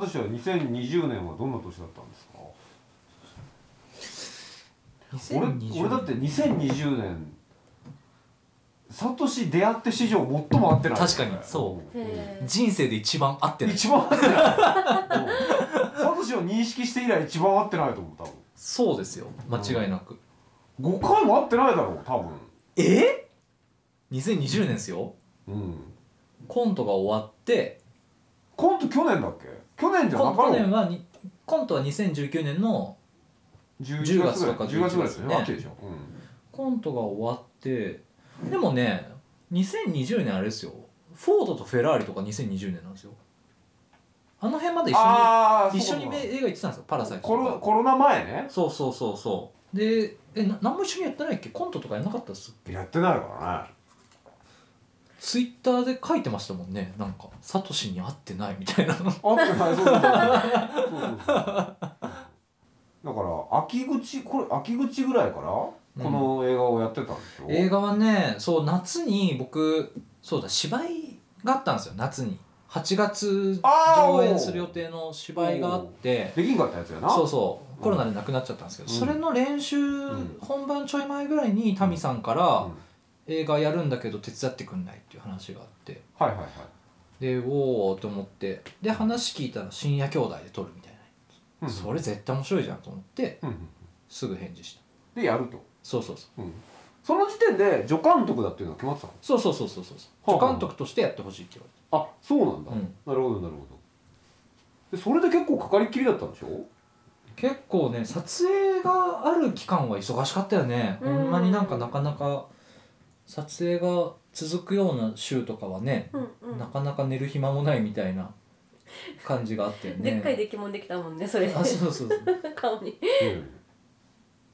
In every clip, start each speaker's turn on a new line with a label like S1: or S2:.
S1: としては2020年はどんな年だったんですか俺俺だって2020年サトシ出会って史上最も合ってない
S2: 確かにそ
S1: うん
S2: う人生で一番合ってない
S1: 一番合 ってないうんサトシを認識して以来一番合ってないと思う多
S2: そうですよ間違いなく、
S1: 分5回も合ってないだろう多分
S2: え2020年ですよ
S1: うん
S2: コントが終わって
S1: コント去年だっけ去年じゃ
S2: コ
S1: な
S2: ン
S1: か
S2: 去
S1: ろ
S2: 年
S1: う
S2: はにコントは2019年の
S1: 11月ぐらい
S2: 10月とか
S1: 10月ぐらいですよね
S2: ね
S1: 秋でしょうん
S2: コントが終わってでもね2020年あれですよフォードとフェラーリとか2020年なんですよあの辺まで一緒
S1: ああ
S2: に一緒にめ映画行ってたんですよ「パラサイト」
S1: コ
S2: と
S1: ロ
S2: か
S1: コロナ前ね
S2: そうそうそうそうでえな何も一緒にやってないっけコントとかやんなかったっす
S1: やってないからね
S2: ツイッターで書いてましたもんねなんかサトシに会ってないみたいな
S1: 合ってないそうそうそうそうそうそうだから秋口これ秋口ぐらいからこの映画をやってたんでしょ、
S2: 映画はねそう夏に僕そうだ芝居があったんですよ夏に8月
S1: あー
S2: 上演する予定の芝居があって
S1: できんかったやつやな
S2: そう
S1: そ
S2: そうコロナでなくなっちゃったんですけど、
S1: うん
S2: それの練習、
S1: ん
S2: 本番ちょい前ぐらいにタミさんから、
S1: ん
S2: 映画やるんだけど手伝ってくんないっていう話があって
S1: はいはいはい
S2: でおおと思ってで話聞いたら「深夜兄弟で撮る」みたいな、
S1: うん
S2: それ絶対面白いじゃんと思って
S1: うんうん
S2: すぐ返事した
S1: でやると、
S2: そうそうそう
S1: うん、その時点で助監督だっていうのは決まってたの
S2: そうそうそうそうそう
S1: はあはあ
S2: 助監督としてやってほしいって言わ
S1: あそうなんだ、
S2: うん
S1: なるほどなるほどでそれで結構かかりっきりだったんでしょ
S2: れて結構ね撮影がある期間は忙しかったよねほ
S3: うん
S2: んまになんかなかなか撮影が続くような週とかはね
S3: うんうん
S2: なかなか寝る暇もないみたいな感じがあってね。
S3: でっかいデキモンできたもんねそれで
S2: あ、そうそうそう。
S3: 顔に
S1: うん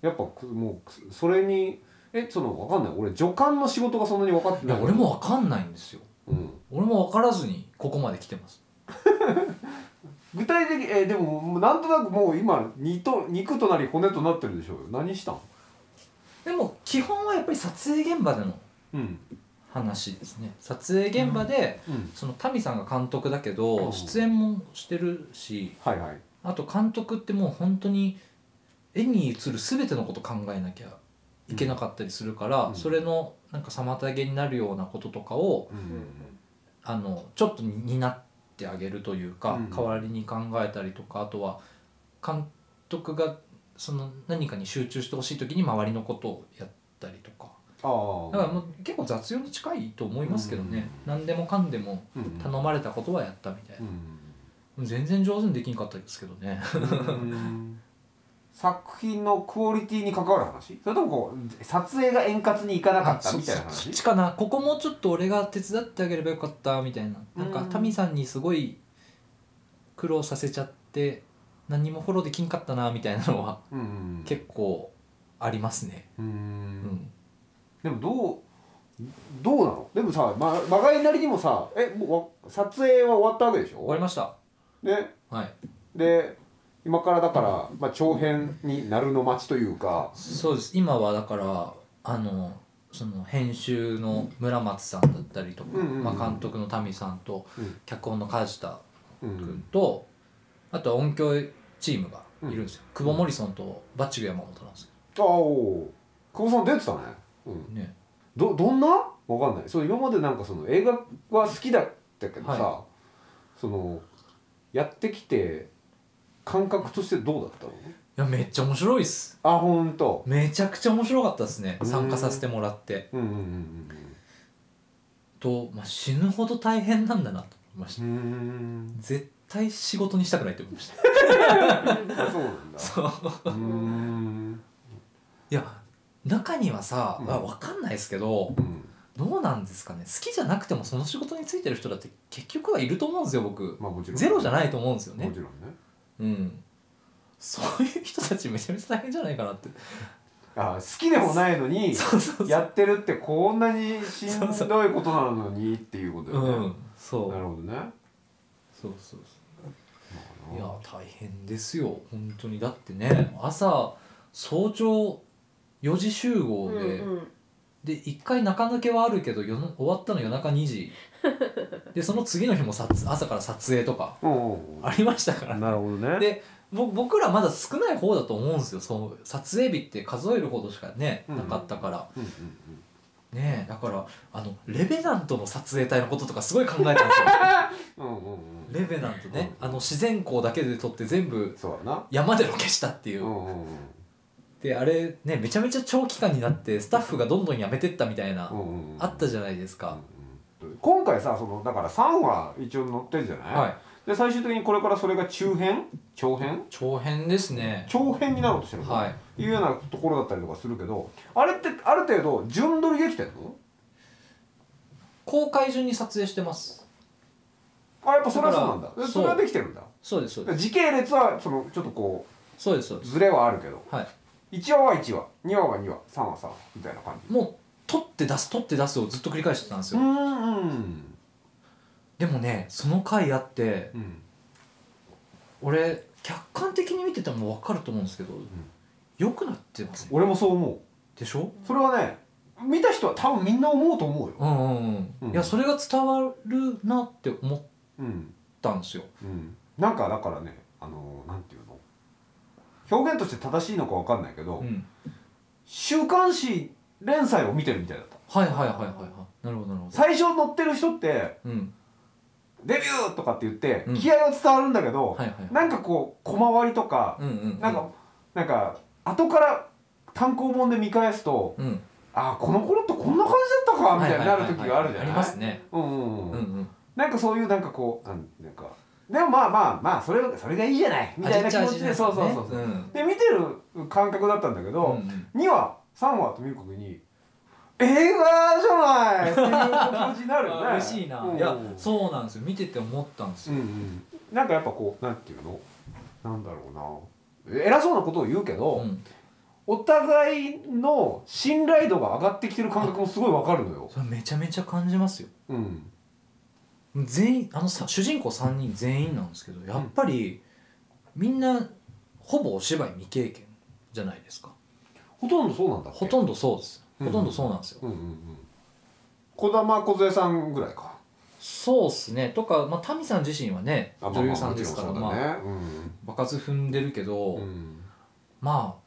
S1: やっぱくもうくそれにえそのわかんない俺助監の仕事がそんなに分かって
S2: い
S1: な
S2: や、
S1: い
S2: 俺、もわかんないんですよ。
S1: うん、
S2: 俺もわからずにここまで来てます。
S1: 具体的えーでももうなんとなくもう今肉と肉となり骨となってるでしょうよ何したん
S2: でも基本はやっぱり撮影現場での
S1: うん
S2: 話ですね。撮影現場で、
S1: うん
S2: そのタミさんが監督だけど、
S1: うん
S2: 出演もしてるし、
S1: はいはい
S2: あと監督ってもう本当に絵に映る全てのこと考えなきゃいけなかったりするから、
S1: うん
S2: それのなんか妨げになるようなこととかを
S1: うんうん
S2: あのちょっと担ってあげるというか、
S1: うん
S2: 代わりに考えたりとかあとは監督がその何かに集中してほしい時に周りのことをやったりとか
S1: ああ
S2: だからもう結構雑用に近いと思いますけどね、何でもかんでも
S1: うんうん
S2: 頼まれたことはやったみたいな、
S1: う
S2: 全然上手にできんかったですけどね
S1: ん作品のクオリティに関わる話それともこう撮影が円滑にいかなかったみたいな
S2: あそそ
S1: 話
S2: っちかなここもうちょっと俺が手伝ってあげればよかったみたいななんか
S1: うん
S2: タミさんにすごい苦労させちゃって何もフォローできんかったなみたいなのは
S1: うんうん
S2: 結構ありますね。
S1: う
S2: うんん、
S1: でもどうどうなのでもさままがいなりにもさえもうわ撮影は終わったわけでし
S2: 終わ
S1: ょ
S2: りました。
S1: ね
S2: はい。
S1: で今からだから、まあ、長編になるの待ちというか
S2: そうです。今はだからあのその編集の村松さんだったりとか、
S1: うんうんうん
S2: まあ監督の民さんと、
S1: うん
S2: 脚本の梶田
S1: うん
S2: 君と、あとは音響チームがいるんですよ。久保モリソンとバッチグ山本なんですけ
S1: ああおー久保さん出てたね、うん、
S2: どね。
S1: どどんなわかんないそう今までなんかその映画は好きだったけどさ、
S2: は
S1: そのやってきて感覚としてどうだったの
S2: いやめっちゃ面白いっす。
S1: あほんと
S2: めちゃくちゃ面白かったですね。参加させてもらって
S1: うんうん
S2: と、まあ死ぬほど大変なんだなと思いまし
S1: うんう
S2: た。
S1: んう
S2: 絶対仕事にしたくないと思いました。
S1: ーんあそうなんだ
S2: そう。
S1: うーん
S2: いや中にはさ、
S1: うん
S2: まあわかんないですけど
S1: うん
S2: どうなんですかね好きじゃなくてもその仕事についてる人だって結局はいると思うんですよ僕
S1: まあもちろん
S2: ゼロじゃ
S1: い
S2: ないと思うんですよね
S1: もちろんね
S2: うんそういう人たちめちゃめちゃ大変じゃないかなって
S1: あ好きでもないのに
S2: そうそうそ う
S1: やってるってこんなにしんどいことなのにっていうことだよね
S2: うんそう
S1: なるほどね
S2: そうそうそういや
S1: ま
S2: 大変ですよ本当にだってね朝早朝4時集合
S3: うん
S2: で
S3: うん
S2: で一回中抜けはあるけど夜な終わったの夜中2時 でその次の日も撮朝から撮影とか
S1: うんうん
S2: ありましたか
S1: う
S2: ら
S1: んなるほどね
S2: でぼ僕らまだ少ない方だと思うんですよその撮影日って数えるほどしかねなかったから、
S1: うんうん
S2: ねえだからあのレベナントの撮影隊のこととかすごい考えたん ですよ
S1: うんうんうんうん
S2: レベナントねあの自然光だけで撮って全部
S1: そうやな
S2: 山でロケしたっていう
S1: ん
S2: う、
S1: うんうん
S2: であれねめちゃめちゃ長期間になってスタッフがどんどん辞めてったみたいな、
S1: うんうんうん
S2: あったじゃないです
S1: う
S2: か、
S1: んうん今回さそのだから3話一応載ってるじゃない、
S2: はい
S1: で最終的にこれからそれが中編長編
S2: 長編ですね
S1: 長編になろうとしてるのかな
S2: はい
S1: いうようなところだったりとかするけどあれってある程度順取りできてるの
S2: 公開順に撮影してます
S1: あやっぱそれはそうなんだ
S2: だから
S1: でそれはできてるんだ
S2: そうですそうです
S1: で時系列はそのちょっとこ
S2: そうですそう
S1: う
S2: です
S1: ズレはあるけど
S2: はい
S1: 1話は1話2話は2話3話3話みたいな感じ
S2: もう撮って出す撮って出すをずっと繰り返してたんです
S1: う
S2: よ、
S1: んうん
S2: でもねその回あって
S1: うん
S2: 俺客観的に見てても分かると思うんですけど、良くなってますね
S1: 俺もそう思
S2: でしょ
S1: うそれはね見た人は多分みんな思うと思うよ
S2: うんうんう
S1: うん
S2: んいやそれが伝わるなって思っ
S1: うん
S2: たんですよ
S1: うん、なんかだからねあのなんていうの表現として正しいのかわかんないけど、
S2: うん
S1: 週刊誌連載を見てるみたいだった
S2: はいはいはいはいはいなるほどなるほど
S1: 最初載ってる人って
S2: うん
S1: デビューとかって言って、
S2: うん
S1: 気合は伝わるんだけど、
S2: はいはいはい
S1: なんかこう小回りとか、
S2: うんうん
S1: なんかなんか後から単行本で見返すと
S2: うん
S1: ああこの頃ってこんな感じだったかみたいになる時があるじゃ
S2: ははははあり
S1: な
S2: ま
S1: い
S2: すね
S1: うんうんうん
S2: うんうん
S1: なんかそういうなんかこうなんなんかでもまあまあまあそれそれがいいじゃないみたいな気持ちでそうそうそうそう、
S2: うんうん
S1: で見てる感覚だったんだけ
S2: う
S1: ど、
S2: ん
S1: 2話3話と見る時に映画じゃないっていう気持ちになるよね
S2: あ嬉しいな、
S1: うん
S2: いやそうなんですよ見てて思ったんです
S1: う
S2: よ、
S1: んうんなんかやっぱこうなんていうのなんだろうな偉そうなことを言うけど、
S2: うん、
S1: お互いの信頼度が上がってきてる感覚もすごいわかるのよ、
S2: それめちゃめちゃ感じますよ
S1: うん、
S2: 全員あのさ主人公3人全員なんですけどやっぱり、みんなほぼお芝居未経験じゃないですか
S1: ほとんどそうなんだっけ
S2: ほとんどそうです
S1: うん
S2: ほとんどそうなんですよ、
S1: うんうんうん児玉梢さんぐらいか
S2: そうっすねとか、まあ、タミさん自身はね
S1: あ
S2: 女優さんですから
S1: ま
S2: ま
S1: あ
S2: あ、
S1: まあもちろんそうだね
S2: 場数踏んでるけど、
S1: うんうん
S2: まあ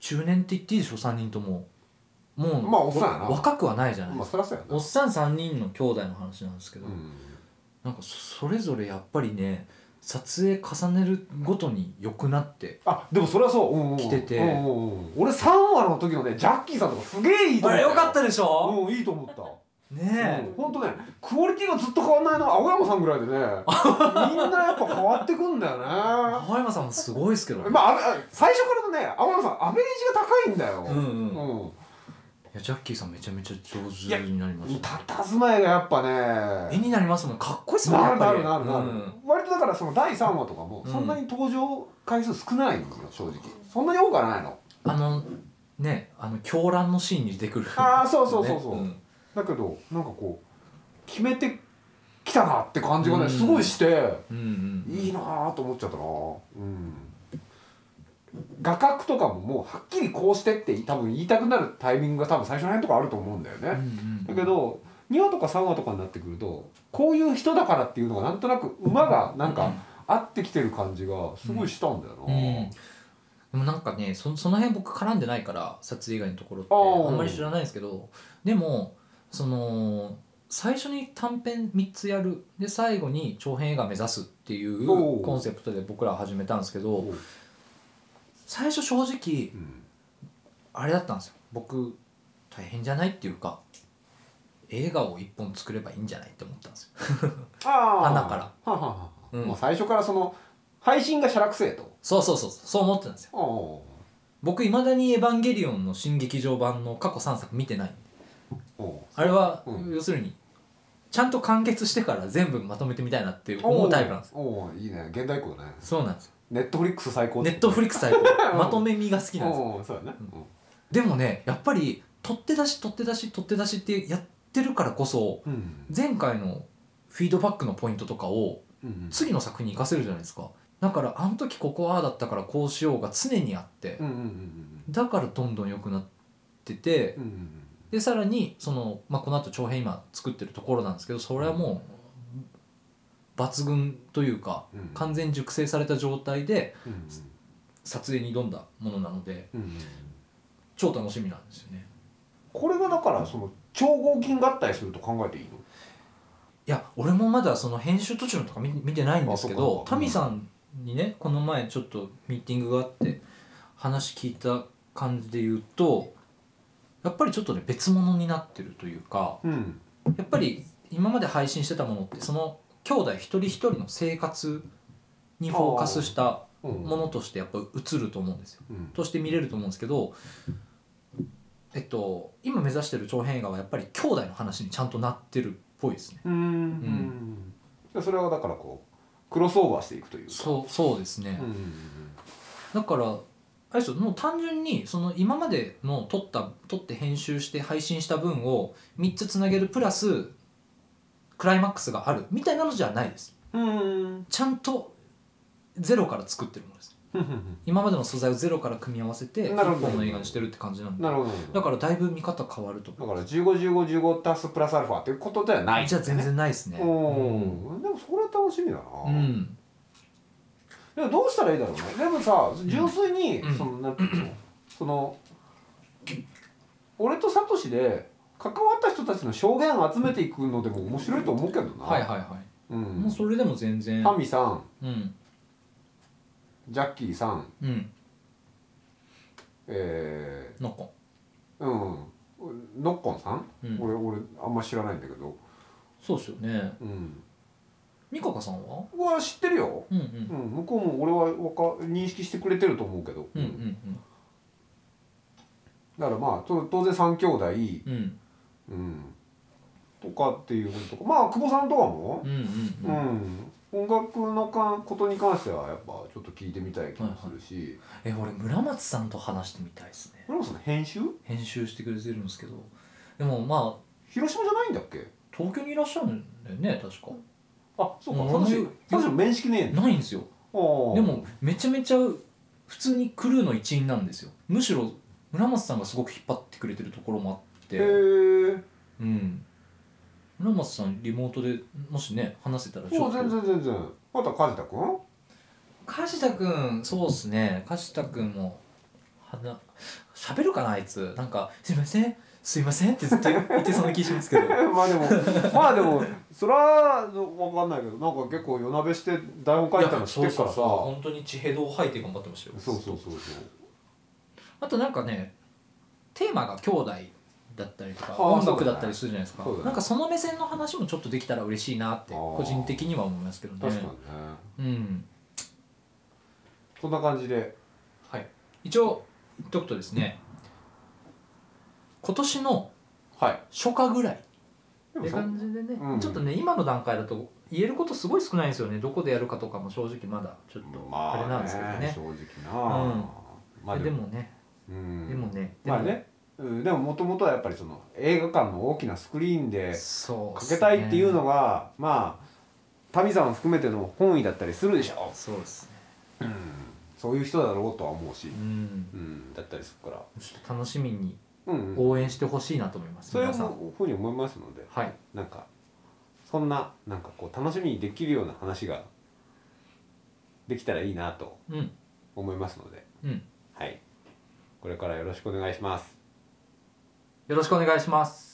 S2: 中年って言っていいでしょ3人とももう、
S1: まあおっさんやな
S2: 若くはないじゃない
S1: まあ
S2: ですか、
S1: そりゃそうやな
S2: おっさん3人の兄弟の話なんですけど、
S1: うん
S2: なんかそれぞれやっぱりね撮影重ねるごとに良くなって
S1: あでもそれはそう、うんうんうん
S2: 来てて
S1: うんうんうん俺3話の時のねジャッキーさんとかすげえいいと思った
S2: たでし
S1: た
S2: ょ
S1: うんいいと思った
S2: ね
S1: うんほんとねクオリティがずっと変わんないの青山さんぐらいでねみんなやっぱ変わってくんだよねま
S2: 青山さんもすごいですけど、
S1: あああ最初からのね青山さんアベレージが高いんだ
S2: うん
S1: よ
S2: うん、い
S1: うん
S2: やジャッキーさんめちゃめちゃ上手になりました
S1: たたずまいがやっぱね
S2: 絵になりますもんかっこいいっすもん
S1: な
S2: や
S1: る
S2: っぱ
S1: な
S2: り
S1: るなるなる、
S2: うん
S1: 割とだからその第3話とかも
S2: うん
S1: そんなに登場回数少ないのよ正直そんなに多くはないの
S2: あのねあの狂乱のシーンに出てくる
S1: あーそうそうそうそう
S2: ね
S1: だけどなんかこう決めてきたなって感じがね、
S2: うん
S1: すごいして
S2: うん、うんうん
S1: いいなーと思っちゃったなうん画角とかももうはっきりこうしてって多分言いたくなるタイミングが多分最初の辺とかあると思うんだよね、
S2: うんう
S1: だ
S2: ん
S1: けど2話とか3話とかになってくるとこういう人だからっていうのがなんとなく馬がなんか合ってきてる感じがすごいしたんだよな、
S2: うんでもなんかねそその辺僕絡んでないから撮影以外のところって
S1: あー
S2: あんまり知らないんですけどでもその最初に短編3つやるで最後に長編映画目指すっていう
S1: おう
S2: コンセプトで僕らは始めたんですけど
S1: おう
S2: 最初正直
S1: うん
S2: あれだったんですよ僕大変じゃないっていうか映画を1本作ればいいんじゃないって思ったんですよ。
S1: あー
S2: 穴から
S1: ははは、
S2: うん
S1: もう最初からその配信が写楽せえと
S2: そうそうそうそう思ってたんですよ。
S1: あ
S2: 僕いまだに「エヴァンゲリオン」の新劇場版の過去3作見てない
S1: あお
S2: あれは、
S1: うん
S2: 要するにちゃんと完結してから全部まとめてみたいなって思うタイプなんですよ
S1: おうおういいね現代っ子だね
S2: そうなんですよ
S1: ネットフリックス最高
S2: ネットフリックス タイプまとめ見が好きなんですよ
S1: おうそうだね、
S2: でもねやっぱり取って出し取って出し取って出しってやってるからこそ
S1: うん
S2: 前回のフィードバックのポイントとかを
S1: うん
S2: 次の作品に活かせるじゃないですかだからあの時ここはああだったからこうしようが常にあって
S1: うんうんうん
S2: だからどんどん良くなってて
S1: うんうんうん
S2: でさらにその、まあ、この後長編今作ってるところなんですけどそれはもう抜群というか
S1: うん
S2: 完全熟成された状態で
S1: うん
S2: 撮影に挑んだものなので
S1: うんうん
S2: 超楽しみなんですよね
S1: これがだからその超合金合体すると考えていいの
S2: いや俺もまだその編集途中のとか見見てないんですけ
S1: あそう
S2: ど
S1: か
S2: タミさんにねこの前ちょっとミーティングがあって話聞いた感じで言うとやっぱりちょっとね別物になってるというか
S1: うん
S2: やっぱり今まで配信してたものってその兄弟一人一人の生活にフォーカスした
S1: うん
S2: ものとしてやっぱ映ると思うんですよ
S1: うん
S2: として見れると思うんですけどえっと今目指してる長編映画はやっぱり兄弟の話にちゃんとなってるっぽいですね
S1: うんうんでそれはだからこうクロスオーバーしていくというか
S2: そうそうですね、
S1: うん
S2: だからあれですよもう単純にその今までの撮った撮って編集して配信した分を3つつなげるプラスクライマックスがあるみたいなのじゃないです
S1: うんうん
S2: ちゃんとゼロから作ってるものです
S1: うんうん
S2: 今までの素材をゼロから組み合わせて一
S1: なるほど
S2: 本の映画にしてるって感じなんで
S1: なるほど
S2: だからだいぶ見方変わると
S1: だから151515足すプラスアルファっていうことではない
S2: じゃあ全然ないですね
S1: おおでもそれは楽しみだな
S2: うんうん
S1: でもどうしたらいいだろうねでもさ純粋に、
S2: うん
S1: そのなんていうのその俺とサトシで関わった人たちの証言集めていくのでも面白いと思うけどな
S2: はいはいは
S1: う
S2: いもうんそれでも全然
S1: ハミさん
S2: うん
S1: ジャッキーさん
S2: うん
S1: え
S2: なんか
S1: ー、うんノッコンさん、
S2: うん
S1: 俺俺あんま知らないんだけど
S2: そうですよね
S1: うん
S2: 美香さんは
S1: うわ知ってるよ、
S2: うんう
S1: うんん、向こうも俺はわか認識してくれてると思うけど、
S2: うんうん
S1: だからまあと当然三兄弟、
S2: うんうん
S1: うん、とかっていうこととかまあ久保さんとかも
S2: うんう
S1: うん
S2: うん
S1: ん、音楽のかことに関してはやっぱちょっと聞いてみたい気もするし、
S2: え俺村松さんと話してみたいですね
S1: これもその編集
S2: 編集してくれてるんですけどでもまあ
S1: 広島じゃないんだっけ
S2: 東京にいらっしゃるんだよね確か
S1: あそう
S2: う
S1: か
S2: ん
S1: サト
S2: 俺
S1: シ
S2: も
S1: サトシも面識ねえんだ
S2: ないんですよ
S1: あー
S2: でもめちゃめちゃ普通にクルーの一員なんですよむしろ村松さんがすごく引っ張ってくれてるところもあっ
S1: へ
S2: て、
S1: え
S2: うん、村松さんリモートでもしね話せたらち
S1: そう
S2: ょっ
S1: 全
S2: と
S1: 然全然あとは梶田君
S2: 梶田君そうっすね梶田君もはな喋るかなあいつなんか「すいませんすいません」ってずっと言ってそうな気し ますけど
S1: まあでもまあでもそれは分かんないけどなんか結構夜なべして台本書いてたの知ってるからさ
S2: そう本当に地平道を吐いて頑張ってましたよ
S1: そうそうそうそう
S2: あとなんかねテーマが兄弟だったりと
S1: あ
S2: か
S1: ー
S2: 音
S1: そ
S2: 楽
S1: うだ
S2: だ
S1: ね
S2: ったりするじゃないですか、
S1: そうだね
S2: なんかその目線の話もちょっとできたら嬉しいなって
S1: あー
S2: 個人的には思いますけどね
S1: 確かにね、
S2: うん
S1: そんな感じで
S2: はい、一応言っとくとですね今年の
S1: はい
S2: 初夏ぐらい
S1: で
S2: っ
S1: も
S2: て
S1: そ
S2: 感じでね、
S1: うん
S2: ちょっとね今の段階だと言えることすごい少ないんですよねどこでやるかとかも正直まだちょっとあれなんですけどね,、
S1: 正直な、
S2: うん
S1: まあ
S2: でもね
S1: うん
S2: でもねで
S1: ま
S2: も
S1: あね、うん、でももともとはやっぱりその映画館の大きなスクリーンで
S2: そうっ
S1: か
S2: す
S1: け
S2: ね
S1: たいっていうのが、まあ民さんを含めての本意だったりするでしょ、
S2: そうです
S1: う
S2: ね
S1: ん、そういう人だろうとは思うし
S2: う、ん
S1: うん、だったりするから、
S2: ちょっと楽しみに
S1: うんうん、
S2: 応援してほしいなと思います、
S1: そういう
S2: 皆さん
S1: ふうに思いますので
S2: はい
S1: なんかそんななんかこう楽しみにできるような話ができたらいいなと
S2: うん
S1: 思いますので、
S2: うん
S1: はい、これからよろしくお願いします。
S2: よろしくお願いします